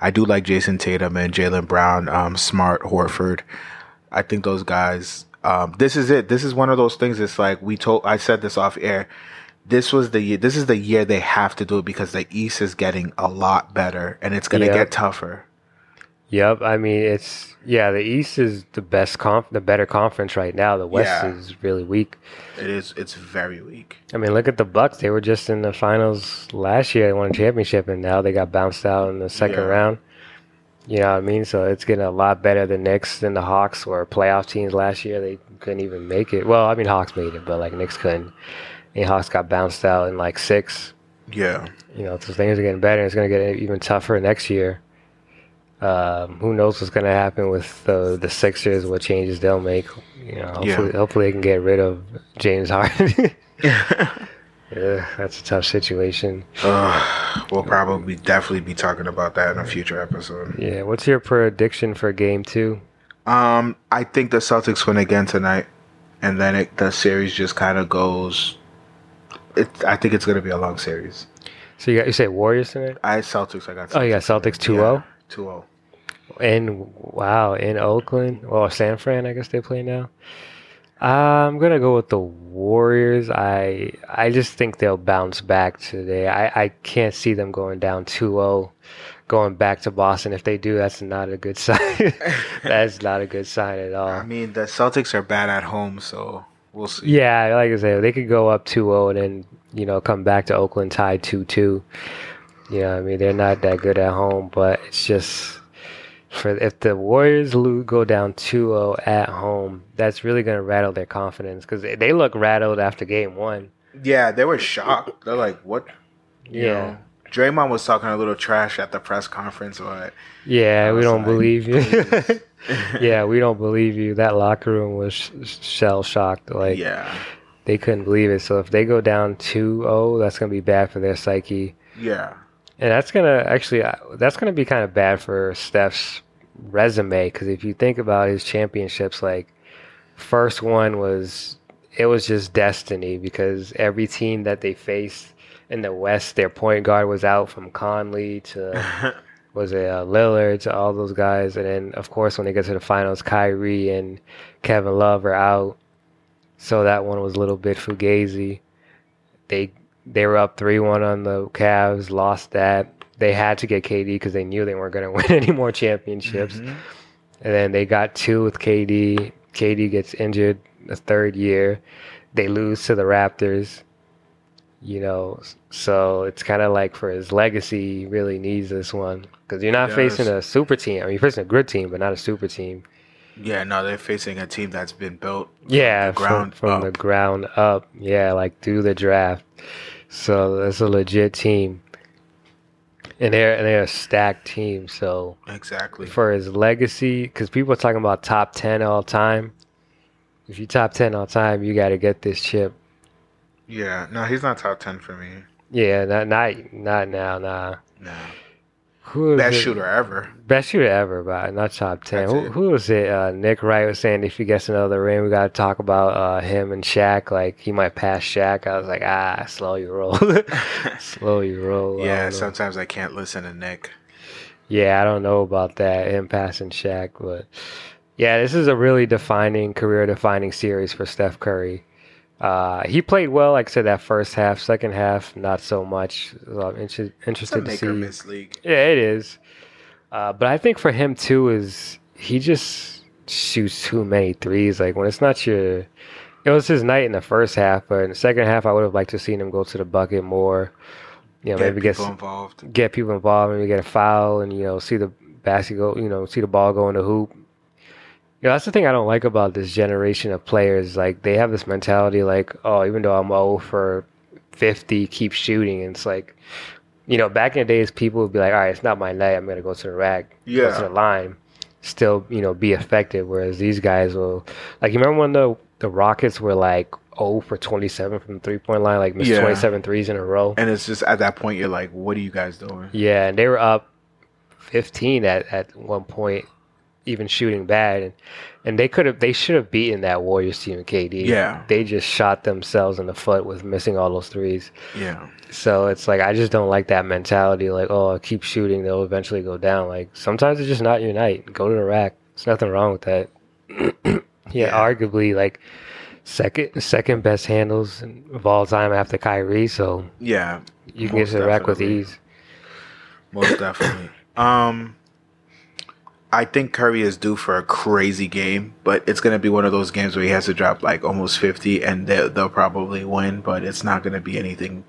B: I do like Jason Tatum and Jalen Brown, um, Smart, Horford. I think those guys. Um, this is it. This is one of those things. It's like we told. I said this off air. This was the year. This is the year they have to do it because the East is getting a lot better and it's going to
A: Yeah.
B: get tougher.
A: Yep, I mean it's yeah. The East is the best conf, the better conference right now. The West
B: Yeah.
A: is really weak.
B: It is. It's very weak.
A: I mean, look at the Bucks. They were just in the finals last year. They won a championship, and now they got bounced out in the second
B: Yeah.
A: round. You know what I mean? So it's getting a lot better. The Knicks and the Hawks were playoff teams last year. They couldn't even make it. Well, I mean, Hawks made it, but like Knicks couldn't. And Hawks got bounced out in like six.
B: Yeah.
A: You know, so things are getting better. It's going to get even tougher next year. Um, who knows what's going to happen with the the Sixers? What changes they'll make? You know, hopefully,
B: Yeah.
A: hopefully they can get rid of James Harden. yeah, that's a tough situation.
B: Uh, we'll probably definitely be talking about that in a future episode.
A: Yeah, what's your prediction for Game Two?
B: Um, I think the Celtics win again tonight, and then it, the series just kind of goes. It, I think it's gonna be a long series.
A: So you got you say Warriors tonight?
B: I Celtics. I got.
A: Oh, you got Celtics 2-0?
B: Two zero.
A: And wow, in Oakland or San Fran, I guess they play now. I'm gonna go with the Warriors. I I just think they'll bounce back today. I, I can't see them going down 2-0, going back to Boston. If they do, that's not a good sign. that's not a good sign at
B: I
A: all.
B: mean, the Celtics are bad at home, so we'll see.
A: Yeah, like I said, they could go up 2-0 and then you know come back to Oakland tied 2-2. You know, what I mean they're not that good at home, but it's just for if the Warriors lo- go down 2-0 at home, that's really going to rattle their confidence because they, they look rattled after game one.
B: Yeah, they were shocked. They're like, "What?" You
A: Yeah.
B: know, Draymond was talking a little trash at the press conference, but
A: Yeah,
B: I
A: we
B: was
A: don't
B: like,
A: believe you.
B: "Please."
A: yeah, we don't believe you. That locker room was sh- shell shocked. Like
B: yeah,
A: they couldn't believe it. So if they go down 2-0, that's going to be bad for their psyche.
B: yeah.
A: And that's gonna actually uh, that's gonna be kind of bad for Steph's resume because if you think about his championships, like first one was it was just destiny because every team that they faced in the West, their point guard was out from Conley to was it uh, Lillard to all those guys, and then of course when they get to the finals, Kyrie and Kevin Love are out, so that one was a little bit fugazi. They they were up three one on the Cavs, lost that. They had to get KD because they knew they weren't going to win any more championships.
B: Mhm.
A: And then they got two with KD. KD gets injured the third year. They lose to the Raptors. You know, s- so it's kind of like for his legacy, he really needs this one because you're not
B: Yes.
A: facing a super team. I mean, you're facing a good team, but not a super team.
B: Yeah, no, they're facing a team that's been built.
A: Yeah, from,
B: ground
A: from
B: up.
A: the ground up. Yeah, like through the draft. So that's a legit team, and they're and they're a stacked team. So
B: Exactly.
A: for his legacy because people are talking about top 10 all time if you top 10 all time you got to get this chip
B: Yeah, no, he's not top ten for me.
A: Yeah, not not not now, nah.
B: No.
A: Who is
B: Best
A: it?
B: shooter ever.
A: Best shooter ever, but not top ten.
B: That's
A: Who,
B: it.
A: who was it? Uh, Nick Wright was saying if he gets another ring, we gotta talk about uh, him and Shaq. Like he might pass Shaq. I was like, ah, slow your roll, slow your roll. I
B: yeah,
A: don't know.
B: sometimes I can't listen to Nick.
A: yeah. I don't know about that him passing Shaq, but yeah, this is a really defining career-defining series for Steph Curry. Uh, he played well, like I said, that first half. Second half, not so much. So I'm inter-
B: It's a
A: interested to
B: make
A: see.
B: or miss league.
A: Yeah, it is. Uh, but I think for him too is he just shoots too many threes. Like when it's not your, it was his night in the first half, but in the second half, I would have liked to seen him go to the bucket more. You know,
B: Get
A: maybe get
B: people
A: some-
B: involved.
A: get people involved, maybe get a foul, and you know see the basket go, you know see the ball go in the hoop. You know, that's the thing I don't like about this generation of players. Like they have this mentality, like oh, even though I'm 0 for 50, keep shooting. And it's like, you know, back in the days, people would be like, all right, it's not my night. I'm gonna go to the rack, go to
B: Yeah.
A: the line, still you know be effective. Whereas these guys will, like, you remember when the the Rockets were like 0 for 27 from the three point line, like missed
B: Yeah.
A: 27 threes in a row.
B: And it's just at that point you're like, what are you guys doing?
A: Yeah, and they were up 15 at, at one point, even shooting bad, and, and they could have they should have beaten that Warriors team in KD.
B: Yeah.
A: they just shot themselves in the foot with missing all those threes.
B: Yeah.
A: So it's like I just don't like that mentality. Like, oh, keep shooting, they'll eventually go down. Like sometimes it's just not your night. Go to the rack. There's nothing wrong with that. yeah,
B: Yeah.
A: arguably like second second best handles of all time after Kyrie. So
B: Yeah.
A: you can
B: Most
A: get to the rack with
B: definitely.
A: ease.
B: Most definitely. Um, I think Curry is due for a crazy game, but it's going to be one of those games where he has to drop like almost 50 and they'll, they'll probably win, but it's not going to be anything.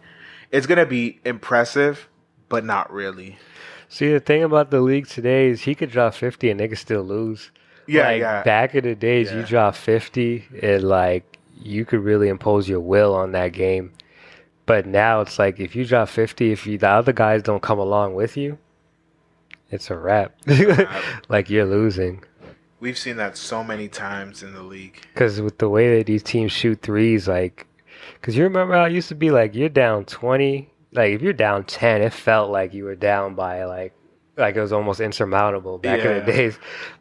B: It's going to be impressive, but not really.
A: See, the thing about the league today is he could drop 50 and they could still lose.
B: Yeah,
A: like,
B: yeah.
A: Back in the days, you
B: Yeah.
A: drop 50 and, like, you could really impose your will on that game. But now it's like if you drop 50, if you, the other guys don't come along with you, it's a wrap.
B: wrap.
A: like, you're losing.
B: We've seen that so many times in the league.
A: Because with the way that these teams shoot threes, like, because you remember how it used to be like you're down 20, like if you're down 10, it felt like you were down by like, like it was almost insurmountable back in the
B: Yeah.
A: days.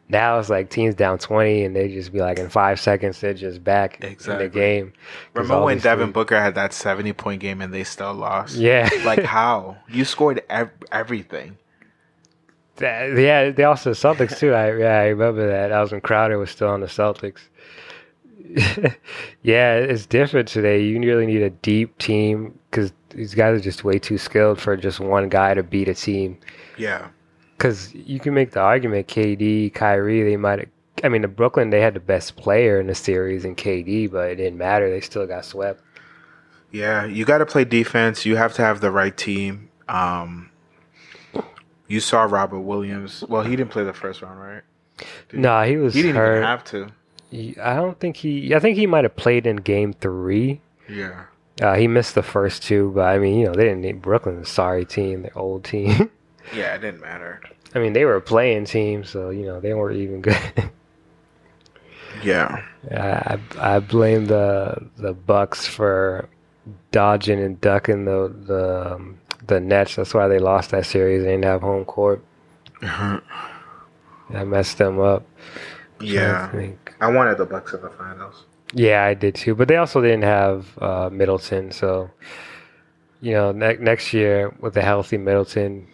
A: Now it's like teams down 20 and they just be like in five seconds, they're just back
B: Exactly.
A: in the game. 'Cause
B: Remember
A: all
B: when
A: these
B: Devin
A: threes-
B: Booker had that 70 point game and they still lost?
A: Yeah.
B: Like, how? You scored ev- everything.
A: That- yeah, they also Celtics too. I yeah, I remember that. That was when Crowder was still on the Celtics. yeah, it's different today. You really need a deep team because these guys are just way too skilled for just one guy to beat a team.
B: Yeah.
A: Because you can make the argument KD, Kyrie, they might. I mean, the Brooklyn they had the best player in the series in KD, but it didn't matter. They still got swept.
B: Yeah, you got to play defense. You have to have the right team. Um, you saw Robert Williams. Well, he didn't play the first round, right? Dude,
A: No, he was
B: He didn't
A: hurt.
B: even have to.
A: I don't think he. I think he might have played in Game Three.
B: Yeah.
A: Uh, he missed the first two, but I mean, you know, they didn't need Brooklyn. A sorry team, their old team.
B: Yeah, it didn't matter.
A: I mean, they were a playing team, so you know they weren't even good.
B: Yeah.
A: I I I blame the the Bucks for dodging and ducking the the um, the Nets. That's why they lost that series. They didn't have home court. That messed them up. I
B: yeah.
A: think.
B: I wanted the Bucks in the finals.
A: Yeah, I did too. But they also didn't have uh, Middleton, so you know, ne- next year with a healthy Middleton,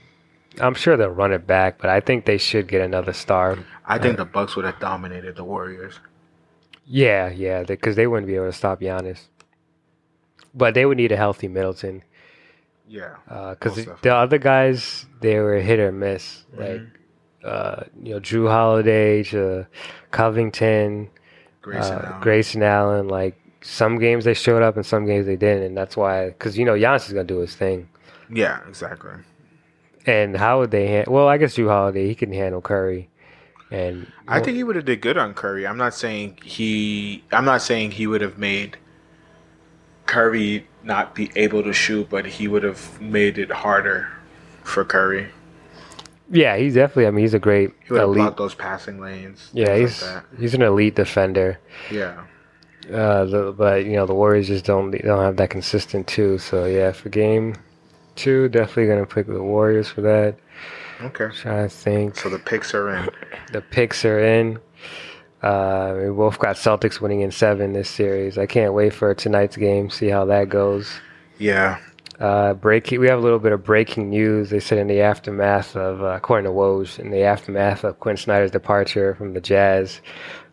A: I'm sure they'll run it back. But I think they should get another star.
B: I think the Bucks would have dominated the Warriors.
A: Yeah, yeah, because they wouldn't be able to stop Giannis. But they would need a healthy Middleton
B: Yeah. Most
A: because
B: definitely.
A: the other guys they were hit or miss. Like
B: Mhm.
A: uh, you know, Drew Holiday to Covington.
B: Grayson
A: uh,
B: Allen.
A: Grayson Allen. Like some games they showed up and some games they didn't, and that's why. Because you know Giannis is gonna do his thing,
B: Yeah, exactly.
A: and how would they? Han- well, I guess Drew Holiday he can handle Curry, and
B: I think he would have did good on Curry. I'm not saying he. I'm not saying he would have made Curry not be able to shoot, but he would have made it harder for Curry.
A: yeah, he's definitely. I mean, he's a great
B: He would have
A: elite.
B: blocked those passing lanes.
A: Yeah,
B: things
A: he's
B: like
A: he's an elite defender.
B: that. yeah,
A: Uh, the, but you know the Warriors just don't they don't have that consistent too. So yeah, for game two. Definitely gonna pick the Warriors for that.
B: Okay.
A: trying to think.
B: So the picks are in.
A: The picks are in. Uh, we both got Celtics winning in seven this series. I can't wait for tonight's game. See how that goes.
B: Yeah.
A: Uh, breaking, we have a little bit of breaking news. They said in the aftermath of, uh, according to Woj, in the aftermath of Quinn Snyder's departure from the Jazz,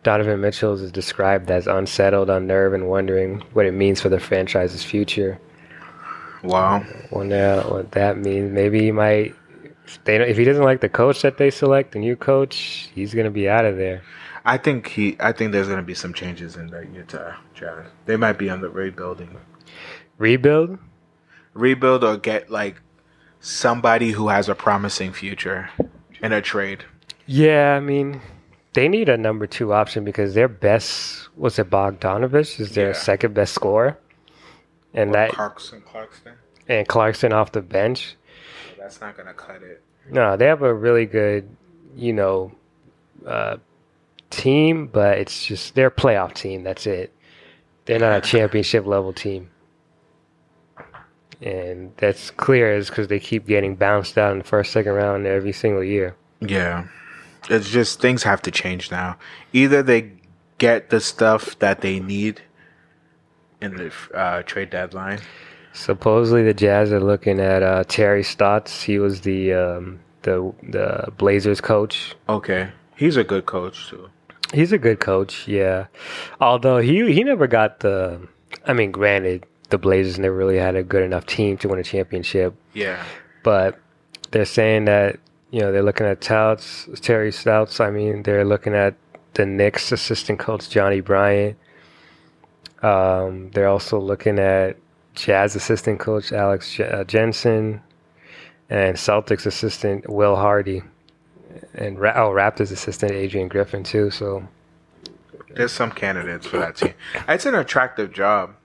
A: Donovan Mitchell is described as unsettled, unnerved, and wondering what it means for the franchise's future.
B: Wow.
A: Wonder what that means. Maybe he might. If, they don't, if he doesn't like the coach that they select, the new coach, he's gonna be out of there.
B: I think he. I think there's gonna be some changes in that Utah Jazz. They might be on the rebuilding,
A: Rebuild.
B: rebuild, or get like somebody who has a promising future in a trade.
A: Yeah, I mean, they need a number two option because their best was it Bogdanovich is their
B: Yeah.
A: second best scorer, and that
B: Clarkson, Clarkson.
A: and Clarkson off the bench.
B: That's not gonna cut it.
A: No, they have a really good, you know, uh, team, but it's just their playoff team. That's it. They're not a championship level team. And that's clear is because they keep getting bounced out in the first, second round every single year.
B: Yeah. It's just things have to change now. Either they get the stuff that they need in the uh, trade deadline.
A: Supposedly, the Jazz are looking at uh, Terry Stotts. He was the um, the the Blazers coach.
B: Okay. He's a good coach too.
A: He's a good coach, yeah. Although he he never got the, I mean, granted, the Blazers never really had a good enough team to win a championship.
B: Yeah.
A: But they're saying that you know they're looking at Touts, Terry Stouts. I mean, they're looking at the Knicks assistant coach Johnny Bryant. Um, they're also looking at Jazz assistant coach Alex J- uh, Jensen and Celtics assistant Will Hardy and Ra- oh, Raptors assistant Adrian Griffin too. So
B: There's some candidates for that team. It's an attractive job.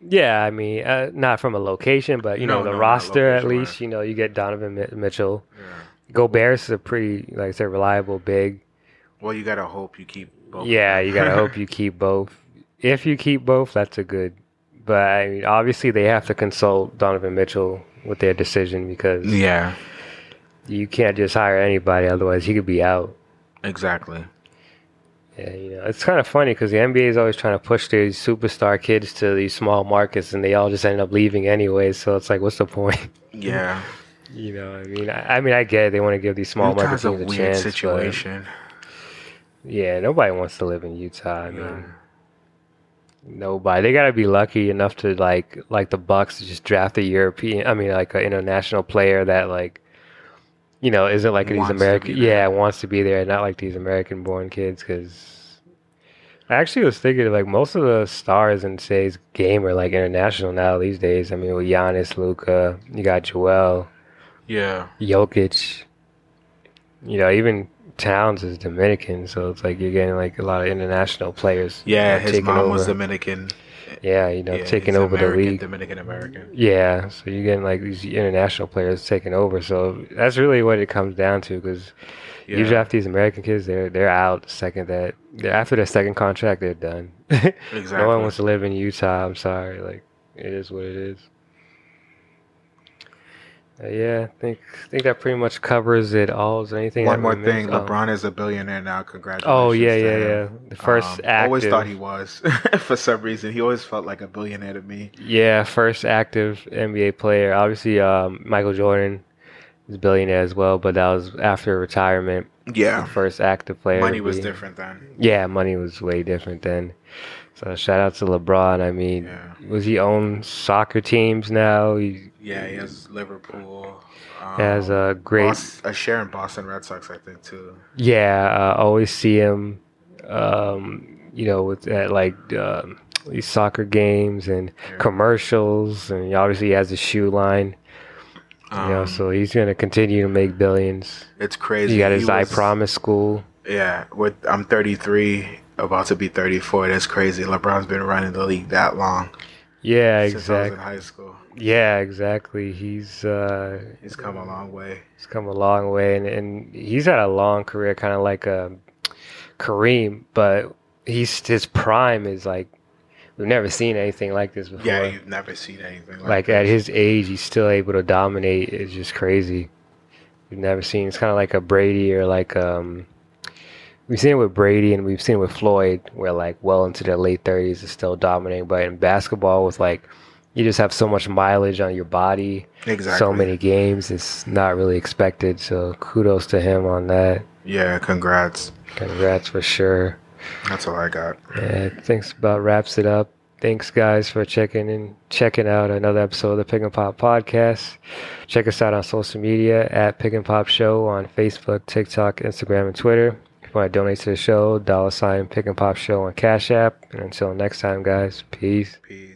A: yeah, I mean, uh, not from a location, but you
B: No,
A: know the
B: no, not
A: roster at
B: location-wise.
A: least. You know, you get Donovan Mi- Mitchell. Gobert is a pretty, like I said, reliable big.
B: Well, you gotta hope you keep both.
A: Yeah, you gotta hope you keep both. If you keep both, that's a good. But I mean, obviously, they have to consult Donovan Mitchell with their decision because
B: yeah.
A: you can't just hire anybody; otherwise, he could be out.
B: Exactly.
A: Yeah, you know, it's kind of funny because the NBA is always trying to push these superstar kids to these small markets, and they all just end up leaving anyway. So it's like, what's the point?
B: Yeah.
A: You know, what I mean, I, I mean, I get it. they want to give these small markets
B: Utah's a
A: teams a,
B: weird
A: chance, but-
B: situation.
A: Yeah, nobody wants to live in Utah. I mean,
B: No.
A: nobody. They gotta be lucky enough to like, like the Bucks to just draft a European. I mean, like an international player that like, you know, isn't like these
B: Wants to
A: American.
B: be there.
A: Yeah, wants to be there, not like these American-born kids. Because I actually was thinking like most of the stars in today's game are like international now these days. I mean, with Giannis, Luca, you got Joel,
B: Yeah.
A: Jokic. You know, even Towns is Dominican, so it's like you're getting like a lot of international players.
B: Yeah.
A: you know,
B: His
A: taking
B: mom
A: over.
B: was Dominican.
A: yeah, you know,
B: yeah,
A: taking
B: he's
A: over
B: American,
A: the league.
B: Dominican American.
A: yeah, so you're getting like these international players taking over. So that's really what it comes down to, because you
B: Yeah.
A: draft these American kids, they're they're out the second that they're, after their second contract, they're done.
B: Exactly.
A: no one wants to live in Utah. I'm sorry, like it is what it is. Uh, yeah, I think I think that pretty much covers it all. Is there anything?
B: One
A: that
B: more
A: we missed?
B: thing,
A: Oh.
B: LeBron is a billionaire now. Congratulations.
A: Oh yeah,
B: to
A: yeah,
B: him.
A: yeah. The first
B: Um,
A: active.
B: Always thought he was for some reason. He always felt like a billionaire to me.
A: Yeah, first active NBA player. Obviously, um, Michael Jordan is a billionaire as well, but that was after retirement.
B: Yeah,
A: First active player.
B: money
A: to
B: was
A: be-
B: different then.
A: Yeah, money was way different then. So shout out to LeBron. I mean,
B: Yeah,
A: was he own soccer teams now? He
B: yeah. He has Liverpool. Um,
A: has a great.
B: Bos- a share in Boston Red Sox, I think too.
A: Yeah, uh, always see him. Um, you know, with at like um these soccer games and
B: Yeah.
A: commercials, and he obviously has a shoe line.
B: Um,
A: you know, so he's gonna continue to make billions.
B: it's crazy.
A: He got his
B: He
A: I
B: was-
A: Promise school.
B: Yeah, with I'm 33, about to be 34. That's crazy. LeBron's been running the league that long
A: Yeah,
B: since I was in
A: exactly.
B: high school.
A: Yeah, exactly. He's uh,
B: He's come a long way.
A: he's come a long way, and, and he's had a long career, uh, kind of like um Kareem. But he's his prime is like We've never seen anything like this before.
B: Yeah, you've never seen anything like,
A: like
B: that.
A: at his age, he's still able to dominate. It's just crazy. We've never seen. It's kind of like a Brady or like um, we've seen it with Brady and we've seen it with Floyd, where like well into their late thirties is still dominating. But in basketball, with like you just have so much mileage on your body,
B: Exactly.
A: so many games, it's not really expected. So kudos to him on that.
B: Yeah, congrats.
A: Congrats for sure.
B: That's all I got.
A: Yeah, thanks about wraps it up. Thanks guys for checking in, checking out another episode of the Pick and Pop Podcast. Check us out on social media at Pick and Pop Show on Facebook, TikTok, Instagram, and Twitter. If you want to donate to the show, dollar sign Pick and Pop Show on Cash App. And until next time, guys, peace.
B: Peace.